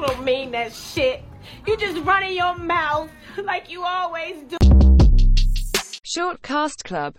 don't mean that shit. You just running your mouth like you always do. Short Cast Club